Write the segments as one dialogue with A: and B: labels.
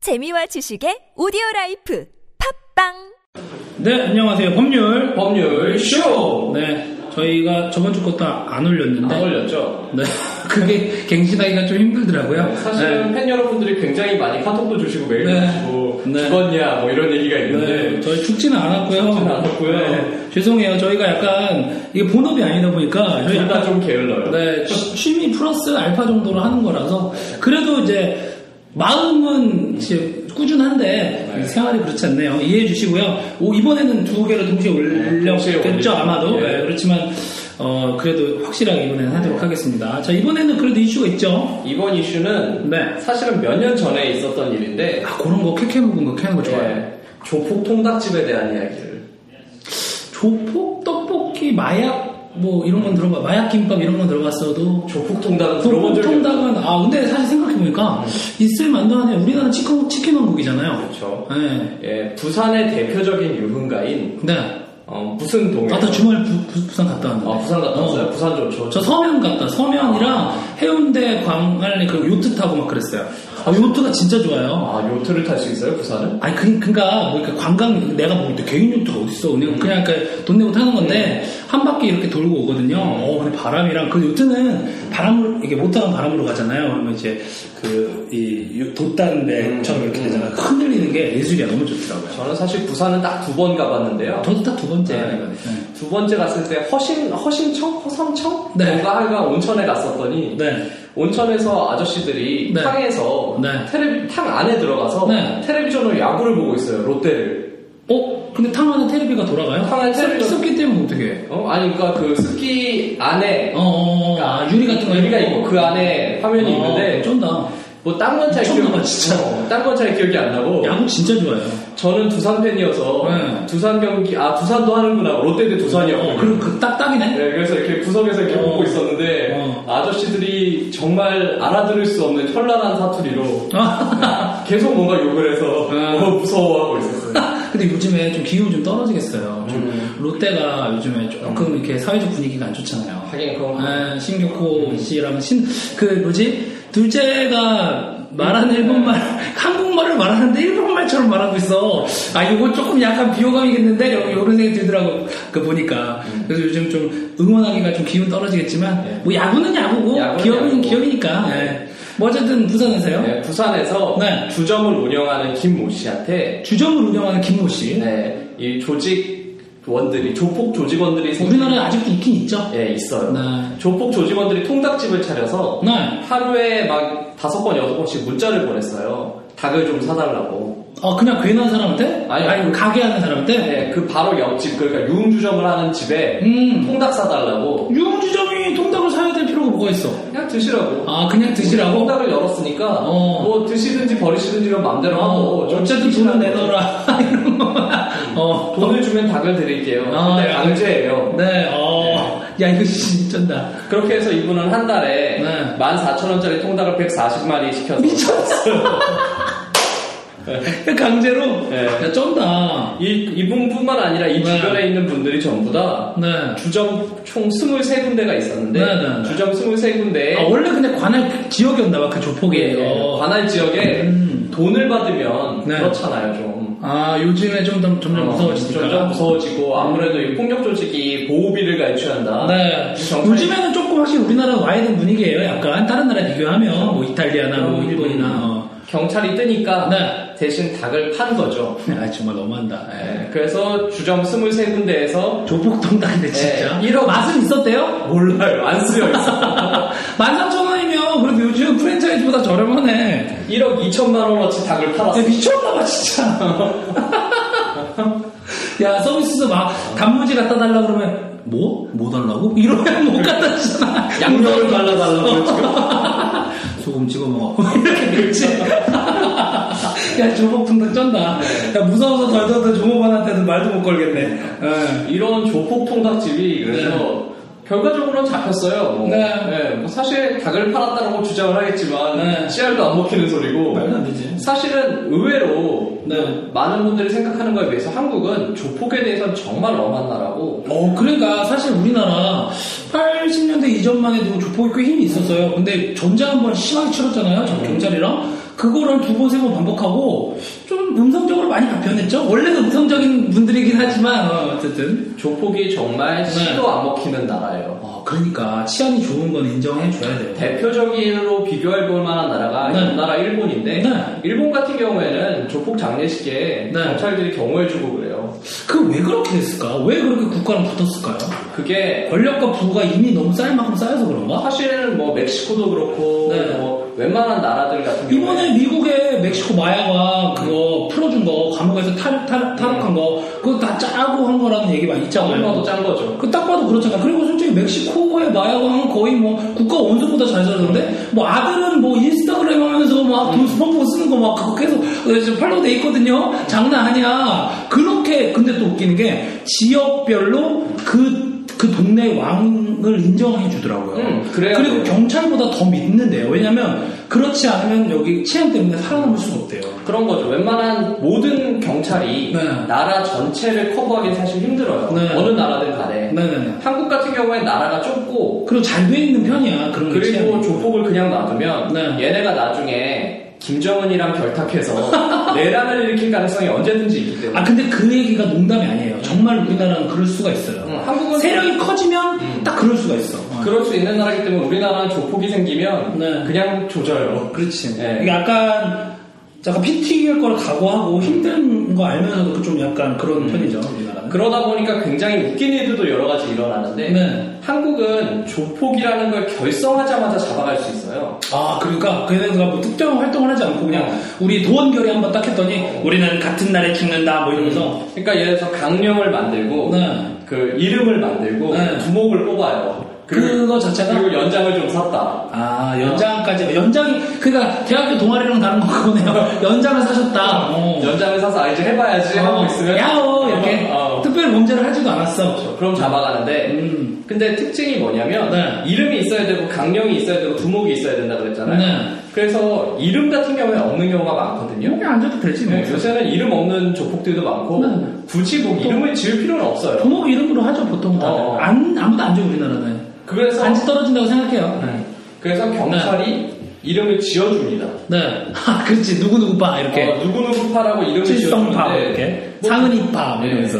A: 재미와 지식의 오디오 라이프 팝빵
B: 네, 안녕하세요. 법률.
C: 법률 쇼!
B: 네, 저희가 저번 주 것도 안 올렸는데.
C: 안 올렸죠?
B: 네, 그게 갱신하기가 좀 힘들더라고요.
C: 사실은 팬 여러분들이 굉장히 많이 카톡도 주시고 메일도
B: 네.
C: 주시고
B: 네.
C: 죽었냐 뭐 이런 얘기가
B: 네,
C: 있는데
B: 네, 저희 죽지는 않았고요. 네,
C: 죽지는 않았고요.
B: 죄송해요. 저희가 약간 이게 본업이 아니다 보니까 저희
C: 둘
B: 약간
C: 다 좀 게을러요.
B: 네, 취- 취미 플러스 알파 정도로 하는 거라서 그래도 이제 마음은 이제 꾸준한데
C: 네.
B: 생활이 그렇지 않네요. 이해해 주시고요. 오, 이번에는 두 개를 동시에
C: 네, 동시에
B: 올렸겠죠
C: 올리죠.
B: 아마도
C: 예.
B: 네, 그렇지만 어, 그래도 확실하게 이번에는 하도록 하겠습니다. 자 이번에는 그래도 이슈가 있죠.
C: 이번 이슈는
B: 네.
C: 사실은 몇 년 전에 있었던 일인데
B: 아 그런 거 캐캐 묵은 거 캐는 거 좋아해요.
C: 예, 조폭 통닭집에 대한 이야기를
B: 조폭 떡볶이 마약 뭐 이런 건 들어봐 마약 김밥 이런 건 들어봤어도
C: 조폭 통닭은 들어본 적이 없죠.
B: 통닭은 아 근데 사실 생각해 보니까 있을 만도 하네요. 우리나라 치킨 치킨 왕국이잖아요.
C: 그렇죠.
B: 네.
C: 예, 부산의 대표적인 유흥가인
B: 네.
C: 어, 무슨 동에
B: 아까 주말 부, 부, 부산 갔다 왔는데.
C: 아, 부산 갔다 왔어요? 아.
B: 어.
C: 부산 좋죠.
B: 저 서면 갔다. 서면이랑 해운대 광안리 그 요트 타고 막 그랬어요. 아, 요트가 진짜 좋아요.
C: 아 요트를 탈 수 있어요 부산은?
B: 아니 그, 그니까 뭐 이렇게 관광 내가 볼 때 개인 요트가 어딨어 그냥 그냥 그러니까 돈 내고 타는 건데 한 바퀴 이렇게 돌고 오거든요. 어 근데 바람이랑 그 요트는 바람으로 이게 못 타는 바람으로 가잖아요. 그러면 이제 그이 돛단배처럼 이렇게
C: 음,
B: 되잖아. 흔들리는 게 예술이야 너무 좋더라고요.
C: 저는 사실 부산은 딱 두 번 가봤는데요.
B: 저도 딱 두 번째.
C: 네.
B: 네.
C: 두 번째 갔을 때 허신 허신청 허성청
B: 네.
C: 뭔가 하여간 온천에 갔었더니
B: 네.
C: 온천에서 아저씨들이
B: 네.
C: 탕에서
B: 네.
C: 텔레비 탕 안에 들어가서
B: 네.
C: 텔레비전으로 야구를 보고 있어요 롯데를
B: 어? 근데 탕 안에 테레비가 돌아가요?
C: 탕 안에 테레비가-
B: 썩- 썩기 때문에 어떻게 해?
C: 어 아니 그러니까 그 스키 안에
B: 어, 어, 어, 아, 유리 같은 거 아,
C: 유리가 네. 그러니까 있고 그 안에 화면이 있는데 어.
B: 쩐다.
C: 뭐딴건 잘
B: 엄청나다,
C: 기억
B: 진짜.
C: 딴건 잘 기억이 안 나고
B: 야구 진짜 좋아요.
C: 저는 두산 팬이어서
B: 네.
C: 두산 경기 아 두산도 하는구나 롯데 대 두산이었고
B: 어, 그리고 그 딱딱이네.
C: 네, 그래서 이렇게 구석에서 이렇게
B: 어.
C: 보고 있었는데
B: 어.
C: 아저씨들이 정말 알아들을 수 없는 현란한 사투리로
B: 아.
C: 계속 뭔가 욕을 해서
B: 음.
C: 어, 무서워하고 있었어요.
B: 근데 요즘에 좀 기후 좀 떨어지겠어요. 좀
C: 음.
B: 롯데가 요즘에 조금 이렇게 사회적 분위기가 안 좋잖아요.
C: 하긴 음. 그건
B: 아, 신교코 씨랑 신, 그 뭐지? 둘째가
C: 음.
B: 말하는 일본말, 한국말을 말하는데 일본말처럼 말하고 있어. 아, 이거 조금 약간 비호감이겠는데? 요- 요런 생각이 들더라고. 그 보니까. 그래서 요즘 좀 응원하기가 좀 기운 떨어지겠지만,
C: 음. 네.
B: 뭐 야구는 야구고,
C: 야구는
B: 기업은
C: 야구고.
B: 기업이니까. 예. 뭐 어쨌든 부산에서요.
C: 네, 부산에서
B: 네.
C: 주점을 운영하는 김모 씨한테
B: 주점을 운영하는 김모 씨.
C: 네, 이 조직원들이 조폭 조직원들이 생긴-
B: 우리나라에 아직도 있긴 있죠.
C: 예 있어요.
B: 네.
C: 조폭 조직원들이 통닭집을 차려서
B: 네.
C: 하루에 막 다섯 번 여섯 번씩 문자를 보냈어요. 닭을 좀 사달라고.
B: 어, 그냥 괜한 사람한테?
C: 아니,
B: 아니, 가게 하는 사람한테?
C: 네, 그 바로 옆집 그러니까 유흥주점을 하는 집에
B: 음.
C: 통닭 사달라고
B: 유흥주점이 통닭을 사야 될 필요가 뭐가 있어?
C: 그냥 드시라고
B: 아, 그냥 드시라고?
C: 통닭을 열었으니까
B: 어.
C: 뭐 드시든지 버리시든지 그럼 마음대로 하고 뭐
B: 어, 어쨌든 돈은
C: 시키라고.
B: 내놔라. 이런 거. 어.
C: 돈을 주면 닭을 드릴게요
B: 아,
C: 근데
B: 야.
C: 강제예요
B: 네, 어. 야, 이거 진짠다.
C: 그렇게 해서 이분은 한 달에
B: 네.
C: 14,000원짜리 통닭을 140마리 시켜서
B: 미쳤어. 강제로?
C: 네.
B: 야, 쩐다.
C: 이, 이분뿐만 아니라 이
B: 네.
C: 주변에 있는 분들이 전부 다
B: 네.
C: 주점 총 23군데가 있었는데
B: 네, 네, 네.
C: 주점 23군데에 예,
B: 아, 원래 근데 관할 지역이었나 봐, 그 조폭이.
C: 네.
B: 어.
C: 관할 지역에
B: 음.
C: 돈을 받으면
B: 네.
C: 그렇잖아요 좀
B: 아, 요즘에 좀 더- 점점 무서워지니까.
C: 어, 점점 무서워지고 아무래도 이 폭력 조직이 보호비를 갈취한다.
B: 네.
C: 정말-
B: 요즘에는 조금 확실히 우리나라 와야 되는 분위기예요. 약간 다른 나라
C: 그렇죠.
B: 비교하면 뭐 이탈리아나 뭐 일본이나. 어.
C: 경찰이 뜨니까
B: 네.
C: 대신 닭을 판 거죠.
B: 아 정말 너무한다. 예.
C: 네, 그래서 주점 23군데에서
B: 조폭 통닭인데 진짜.
C: 예, 이런-
B: 맛은 있었대요?
C: 몰라요 안 쓰여 있어.
B: 13,000원이면 그래도 요즘 프랜차이즈보다 저렴하네.
C: 1억 2천만 원어치 닭을
B: 야,
C: 팔았어.
B: 미쳤나봐 진짜. 야 서비스도 막 단무지 갖다 달라 그러면 뭐? 뭐 달라고? 이러면 못 갖다 주잖아.
C: 양념을 발라달라고
B: 소금 찍어 먹어. 이렇게 그렇지. 야 조폭 통닭 쩐다.
C: 네.
B: 야 무서워서 덜덜덜 종업원한테는 말도 못 걸겠네. 예.
C: 이런 조폭 통닭집이 그래서 결과적으로는 잡혔어요. 뭐.
B: 네.
C: 네, 뭐 사실 닭을 팔았다고 주장을 하겠지만
B: 네.
C: 씨알도 안 먹히는 소리고
B: 말도 안 되지.
C: 사실은 의외로
B: 네.
C: 많은 분들이 생각하는 거에 비해서 한국은 조폭에 대해서는 정말 엄한 나라고
B: 어, 그러니까 사실 우리나라 80년대 이전만 해도 조폭이 꽤 힘이 있었어요. 근데 전쟁 한번 심하게 치렀잖아요. 저 경찰이랑. 그거를 두 번, 세 번 반복하고 좀 음성적으로 많이 변했죠. 원래도 음성적인 분들이긴 하지만 어, 쨌든
C: 조폭이
B: 네.
C: 정말 시도 안 먹히는 나라예요.
B: 그러니까 치안이 좋은 건 인정해 줘야 돼요.
C: 대표적인으로 비교해 볼 만한 나라가
B: 네.
C: 우리나라 일본인데
B: 네.
C: 일본 같은 경우에는 조폭 장례식에
B: 네.
C: 경찰들이 경호해 주고 그래요.
B: 그 왜 그렇게 됐을까? 왜 그렇게 국가랑 붙었을까요?
C: 그게
B: 권력과 부가 이미 너무 쌓일 만큼 쌓여서 그런가?
C: 사실은 뭐 멕시코도 그렇고
B: 네.
C: 뭐 웬만한 나라들 같은 경우에
B: 이번에 미국의 멕시코 마약왕 그거 풀어준 거 감옥에서 탈, 탈, 탈옥한 거 그거 다 짜고 한 거라는 얘기 많이
C: 얼마도
B: 있잖아요.
C: 짠 거죠.
B: 그 딱 봐도 그렇잖아. 그리고 솔직히 멕시코의 마약왕은 거의 뭐 국가 원수보다 잘 살던데 뭐 아들은 뭐 인스타그램 하면서 뭐
C: 음.
B: 막돈 수펑펑 쓰는 거 막 그거 계속 어, 지금 팔로우 돼 있거든요. 장난 아니야. 그렇게 근데 또 웃기는 게 지역별로 그 그 동네 왕을 인정해 주더라고요.
C: 음, 그래야
B: 그리고
C: 돼요.
B: 경찰보다 더 믿는데요. 왜냐면 그렇지 않으면 여기 치안 때문에 살아남을 수가 없대요.
C: 그런 거죠. 웬만한 모든 경찰이
B: 네.
C: 나라 전체를 커버하기는 사실 힘들어요.
B: 네.
C: 어느 나라든 간에.
B: 네네네.
C: 한국 같은 경우에 나라가 좁고
B: 그리고 잘 돼 있는 편이야. 그런 게
C: 그리고
B: 치안이.
C: 조폭을 그냥 놔두면
B: 네.
C: 얘네가 나중에 김정은이랑 결탁해서 내란을 일으킬 가능성이 언제든지 있기 때문에
B: 아 근데 그 얘기가 농담이 아니에요. 정말 우리나라는 그럴 수가 있어요.
C: 응, 음, 한국은
B: 세력이 커지면
C: 음.
B: 딱 그럴 수가 있어. 어.
C: 그럴 수 있는 나라이기 때문에 우리나라는 조폭이 생기면
B: 네.
C: 그냥 조져요.
B: 그렇지.
C: 네.
B: 예, 이게 약간 약간 피 튀길 걸 각오하고 힘든 거 알면서도 좀 약간 음. 그런 편이죠 우리나라는.
C: 그러다 보니까 굉장히 웃긴 일들도 여러 가지 일어나는데
B: 네.
C: 한국은 조폭이라는 걸 결성하자마자 잡아갈 수 있어요.
B: 아 그러니까 걔네가 뭐 특정 활동을 하지 않고 그냥
C: 어.
B: 우리 도원결의 한번 딱 했더니 우리는 같은 날에 죽는다 뭐 이러면서.
C: 그러니까 예를 들어서 강령을 만들고
B: 네.
C: 그 이름을 만들고
B: 네.
C: 두목을 뽑아요. 그리고,
B: 그거 자체가
C: 그리고 연장을 좀 샀다.
B: 아 연장까지 연장이 그러니까 대학교 동아리랑 다른 거 그거네요. 연장을 사셨다. 어.
C: 연장을 사서 아, 이제 해봐야지 하고 있으면
B: 야오 이렇게
C: 어, 그렇죠.
B: 특별 범죄를 하지도 않았어.
C: 그럼 잡아가는데
B: 음.
C: 근데 특징이 뭐냐면
B: 네.
C: 이름이 있어야 되고 강령이 있어야 되고 두목이 있어야 된다 그랬잖아요.
B: 네.
C: 그래서 이름 같은 경우에 없는 경우가 많거든요.
B: 여기 앉아도 되지 뭐.
C: 네, 요새는 이름 없는 조폭들도 많고
B: 네.
C: 굳이 뭐 이름을 지을 필요는 없어요.
B: 부모 이름으로 하죠 보통 다들.
C: 어.
B: 안 아무도 안 줘 우리나라는.
C: 그래서
B: 안지 떨어진다고 생각해요. 네.
C: 그래서 경찰이 이름을 지어줍니다.
B: 아 그렇지 누구 누구 봐 이렇게.
C: 어, 누구누구파라고 이름을
B: 칠성파
C: 지어주는데
B: 이렇게.
C: 뭐
B: 상은이파 뭐
C: 네.
B: 이러면서.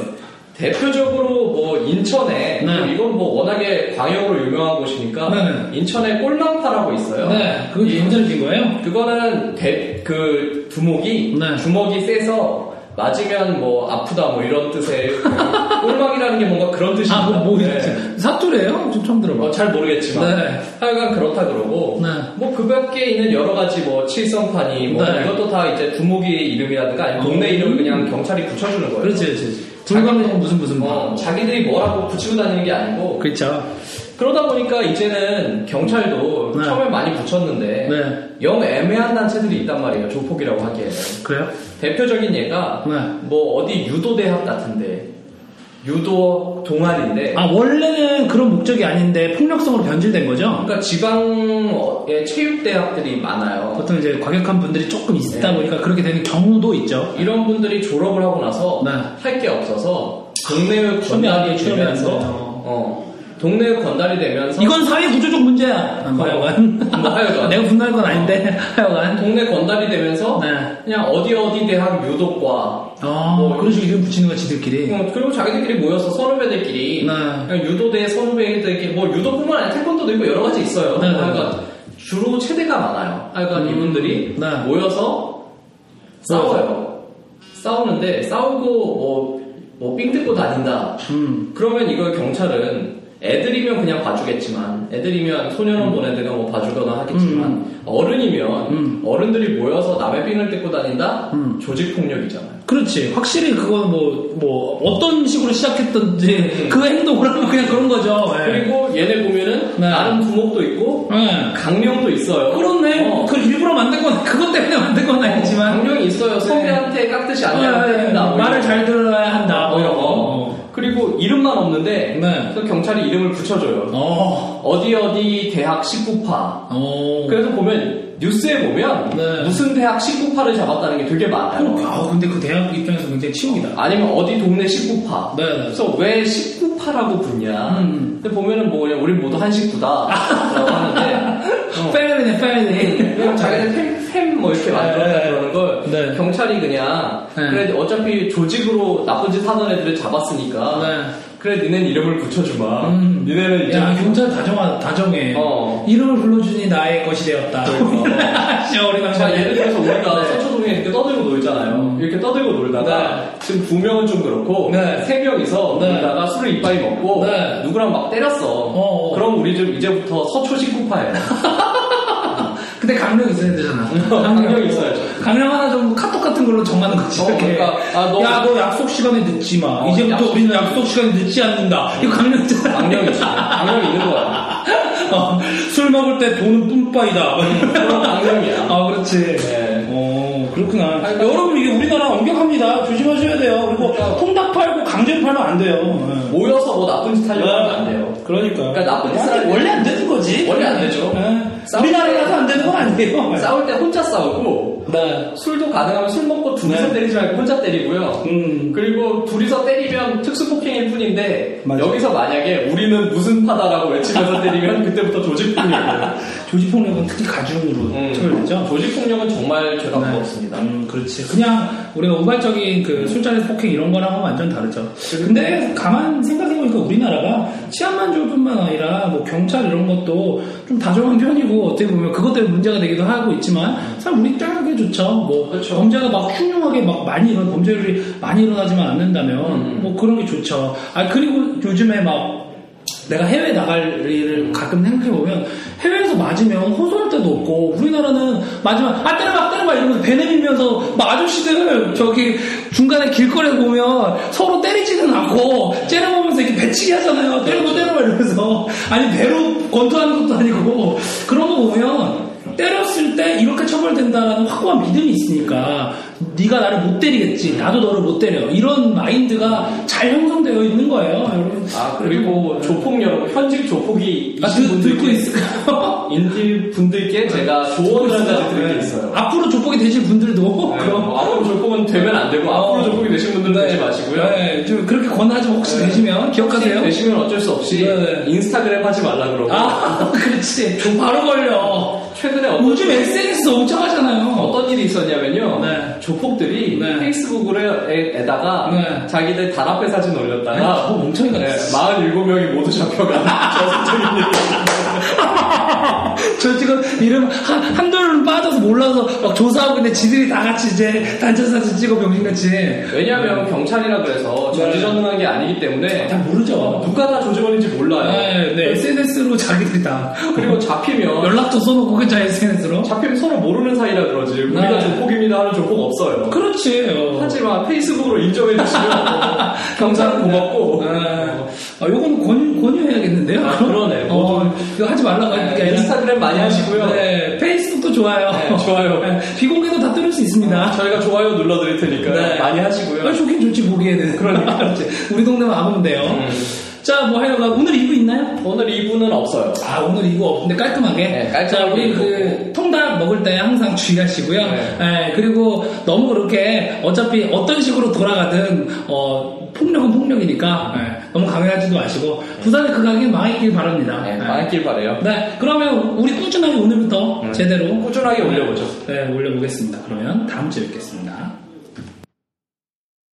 C: 대표적으로 뭐 인천에
B: 네.
C: 뭐 이건 뭐 워낙에 광역으로 유명한 곳이니까
B: 네.
C: 인천에 꼴망파라고 있어요.
B: 그거 문제를 준 거예요?
C: 그거는 대, 그 두목이
B: 네.
C: 주먹이 세서 맞으면 뭐 아프다 뭐 이런 뜻의 꼴망이라는 게 뭔가 그런 뜻이
B: 아, 뭐, 뭐 사투리예요? 좀 처음 들어봐.
C: 잘 모르겠지만
B: 네.
C: 하여간 그렇다 그러고
B: 네.
C: 뭐 그 밖에 있는 여러 가지 뭐 칠성판이 뭐
B: 네.
C: 이것도 다 이제 두목이 이름이라든가 아니면 동네
B: 어.
C: 이름을 그냥 경찰이 붙여주는 거예요.
B: 그렇지, 그렇지. 불가능은 무슨 무슨 뭐.
C: 어, 자기들이 뭐라고 붙이고 다니는 게 아니고
B: 그렇죠.
C: 그러다 보니까 이제는 경찰도
B: 네.
C: 처음에 많이 붙였는데
B: 네.
C: 영 애매한 단체들이 있단 말이에요 조폭이라고 하기에는
B: 그래요?
C: 대표적인 예가
B: 네.
C: 뭐 어디 유도 대학 같은데 유도 동아리인데
B: 아 원래는 그런 목적이 아닌데 폭력성으로 변질된 거죠?
C: 그러니까 지방의 체육 대학들이 많아요
B: 보통 이제 과격한 분들이 조금 있다
C: 네.
B: 보니까 그렇게 되는 경우도 있죠.
C: 이런 분들이 졸업을 하고 나서
B: 네.
C: 할 게 없어서 동네의
B: 추미애,
C: 건달이
B: 추미애
C: 되면서
B: 있어요.
C: 어, 동네의 건달이 되면서
B: 이건 사회 구조적 문제야. 뭐 하여간.
C: 뭐 하여간. 음.
B: 내가 분노할 건 아닌데 하여간.
C: 동네 건달이 되면서
B: 네.
C: 그냥 어디 어디 대학 유도과
B: 아
C: 뭐
B: 그런 식으로 이름 붙이는 거야 지들끼리.
C: 어, 그리고 자기들끼리 모여서 선후배들끼리
B: 네.
C: 그냥 유도대 선후배들끼리 뭐 유도뿐만 아니라 태권도도 있고 여러 가지 있어요.
B: 네, 네,
C: 그러니까 주로 체대가 많아요. 그러니까 이분들이
B: 네.
C: 모여서 싸워요. 싸우는데 싸우고 뭐뭐삥 뜯고 다닌다.
B: 음.
C: 그러면 이걸 경찰은 애들이면 그냥 봐주겠지만 애들이면 소년원 보내든가 뭐 봐주거나 하겠지만 어른이면
B: 음.
C: 어른들이 모여서 남의 삥을 뜯고 다닌다
B: 음.
C: 조직 폭력이잖아요.
B: 그렇지. 확실히 그건 뭐, 뭐, 어떤 식으로
C: 음.
B: 시작했던지 그 행동을 하면 그냥 그런 거죠. 예.
C: 그리고 얘네 보면은
B: 네.
C: 나름 두목도 있고
B: 예.
C: 강령도 있어요.
B: 그렇네.
C: 어,
B: 그 일부러 만든 건, 그것 때문에 만든 건 아니지만.
C: 강령이 있어요. 선배한테 깍듯이 안
B: 예, 예.
C: 된다. 뭐
B: 네. 말을
C: 이런 거.
B: 잘 들어야 한다.
C: 어,
B: 뭐 이런 거.
C: 어. 그리고 이름만 없는데
B: 네.
C: 그래서 경찰이 이름을 붙여줘요.
B: 어.
C: 어디 어디 대학 19파
B: 어.
C: 그래서 보면 뉴스에 보면
B: 네.
C: 무슨 대학 19파를 잡았다는 게 되게 많아요.
B: 아 근데 그 대학 입장에서 굉장히 치욕이다.
C: 아니면 어디 동네 19파.
B: 네, 네.
C: 그래서 왜 19파라고 붙냐.
B: 음.
C: 근데 보면은 뭐 그냥 우린 모두 한 식구다. 라고 하는데 어,
B: 페리네 페리네.
C: 그냥 자기네 세, 프로그램 뭐 이렇게 만들었다
B: 네.
C: 그러는 걸
B: 네.
C: 경찰이 그냥
B: 네.
C: 그래 어차피 조직으로 나쁜 짓 하던 애들을 잡았으니까
B: 네.
C: 그래 니넨 이름을 붙여주마
B: 음.
C: 니네는 이제
B: 야, 경찰 다정하, 다정해.
C: 어. 네.
B: 이름을 불러주니 나의 것이 되었다. 진짜 어린
C: 자,
B: 남자.
C: 예를 들어서 우리가 서초동에 이렇게 떠들고 놀잖아요. 이렇게 떠들고 놀다가
B: 음. 네.
C: 지금 두 명은 좀 그렇고
B: 네.
C: 세 명이서
B: 네.
C: 놀다가 술을 이빨이 먹고
B: 네.
C: 누구랑 막 때렸어.
B: 어, 어.
C: 그럼 우리 좀 이제부터 서초 식구파예요.
B: 근데 강력 있어야 되잖아.
C: 음. 강령 있어야죠.
B: 강력 하나 정도 카톡 같은 걸로 정하는 거지.
C: 어,
B: 이렇게.
C: 그러니까, 아, 너-
B: 야, 너 약속 시간에 늦지 마.
C: 어,
B: 이제부터
C: 약속 네.
B: 우리는 약속 시간에 늦지 않는다. 이거 강력이잖아.
C: 강령이 있어. 강령이 있는 거야.
B: 어, 술 먹을 때 돈은 뿜빠이다.
C: 그런 강령이야.
B: 아, 그렇지.
C: 네.
B: 어, 그렇구나. 여러분, 이게 우리나라 엄격합니다. 조심하셔야 돼요. 그리고
C: 그러니까.
B: 통닭 팔고 강제로 팔면 안 돼요. 네.
C: 모여서 뭐 나쁜 짓 하려고 하면 안 돼요.
B: 그러니까.
C: 그러니까 나쁜 짓을
B: 원래-
C: 하지.
B: 원래 안 되는 거지.
C: 원래 안 되죠.
B: 예.
C: 싸울
B: 우리나라에
C: 때-
B: 가서 안 되는 건 아니에요.
C: 싸울 때 혼자 싸우고
B: 네.
C: 술도 가능하면 술 먹고 둘이서
B: 네.
C: 때리지 말고 혼자 때리고요.
B: 음.
C: 그리고 둘이서 때리면 특수 폭행일 뿐인데
B: 맞아.
C: 여기서 만약에 우리는 무슨 파다라고 외치면서 때리면 그때부터 조직 폭력이에요.
B: 조직폭력은 특히 가중으로
C: 음.
B: 처벌되죠.
C: 조직 폭력은 정말 죄가
B: 그렇죠. 네.
C: 무겁습니다. 음.
B: 음, 그렇지. 그냥 우리가 우발적인 그 술자리 폭행 이런 거랑은 완전 다르죠.
C: 그렇죠.
B: 근데 가만 생각해보니까 우리나라가 치안만조뿐만 아니라 뭐 경찰 이런 것도 좀 다정한 편이고 어떻게 보면 그것 때문에 문제가 되기도 하고 있지만 사실 우리 땅은 그게 좋죠. 뭐
C: 그렇죠.
B: 범죄가 막 흉흉하게 막 많이 일어 범죄율이 많이 일어나지만 않는다면
C: 음.
B: 뭐 그런 게 좋죠. 아 그리고 요즘에 막 내가 해외 나갈 일을 가끔 생각해보면 해외에서 맞으면 호소할 때도 없고 우리나라는 맞으면 아 때려봐 때려봐 이러면서 배 내밀면서 막 아저씨들 저기 중간에 길거리에 보면 서로 때리지는 않고 째려보면서 이렇게 배치기 하잖아요 때려봐 때려봐 이러면서 아니 배로 권투하는 것도 아니고 그런 거 보면 때렸을 때 이렇게 처벌된다라는 확고한 믿음이 있으니까 네가 나를 못 때리겠지 나도 너를 못 때려 이런 마인드가 잘 형성되어 있는 거예요 여러분
C: 아 그리고 조폭 여러분 현직 조폭이
B: 아,
C: 이신
B: 듣, 뭐, 네. 듣고
C: 분들께
B: 있을까요? 네.
C: 인디 분들께 제가 조언을 한 가지 드릴 게 있어요.
B: 앞으로 조폭이 되실 분들도 네.
C: 네,
B: 어, 그럼
C: 뭐 앞으로 조폭은 되면 안 되고
B: 어.
C: 앞으로 조폭이 되신 분들은 되지 마시고요.
B: 네, 좀 그렇게 권하지만 혹시
C: 네.
B: 되시면 기억하세요.
C: 되시면 어쩔 수 없이
B: 네.
C: 인스타그램 하지 말라 그러고
B: 아 그렇지 좀 바로 걸려.
C: 최근에 어떤
B: 요즘 SNS 엄청 하잖아요.
C: 어떤 일이 있었냐면요.
B: 네.
C: 조폭들이
B: 네.
C: 페이스북에다가
B: 네.
C: 자기들 단합회 사진 올렸다가
B: 네, 그거 멍청이가 됐어.
C: 47명이 모두 잡혀간 저승적인 일.
B: 저 지금 이름 한, 한돌 빠져서 몰라서 막 조사하고 근데 지들이 다 같이 이제 단체 사진 찍어 병신같이. 네.
C: 왜냐하면 경찰이라 그래서 전지전능한 게 아니기 때문에
B: 다 모르죠.
C: 누가 다 조직원인지 몰라요.
B: 네, 네. SNS로 자기들이 다
C: 그리고 잡히면
B: 연락도 써놓고 그자 SNS로.
C: 잡히면 서로 모르는 사이라 그러지 우리가
B: 네.
C: 조폭입니다 하는 조폭 없어요.
B: 그렇지. 어.
C: 하지만 페이스북으로 인정해 주시면 뭐 네. 경찰은 고맙고
B: 아, 아, 요건 권, 권유해야겠는데요?
C: 아, 그러네.
B: 어, 이거 하지 말라고 하니까.
C: 네, 인스타그램 많이 하시고요.
B: 네, 페이스북도 좋아요.
C: 네, 좋아요.
B: 네, 비공개도 다 뚫을 수 있습니다.
C: 저희가 좋아요 눌러드릴 테니까
B: 네.
C: 많이 하시고요.
B: 아, 좋긴 좋지, 보기에는.
C: 그러니까. 음.
B: 그렇지. 우리 동네만 아면 돼요. 자, 뭐 하여간 오늘 이부 있나요?
C: 오늘 2부는 없어요.
B: 아, 오늘 이거 없는데 깔끔하게.
C: 네, 깔끔하게
B: 자, 우리 그
C: 먹고.
B: 통닭 먹을 때 항상 주의하시고요.
C: 네.
B: 네, 그리고 너무 그렇게 어차피 어떤 식으로 돌아가든, 어, 폭력은 폭력이니까 네, 너무 강요하지도 마시고 부산의 그 가게 망했길 바랍니다.
C: 네, 많길 바래요.
B: 네, 그러면 우리 꾸준하게 오늘부터 제대로
C: 꾸준하게 올려보죠.
B: 네, 올려보겠습니다. 그러면 다음 주에 뵙겠습니다.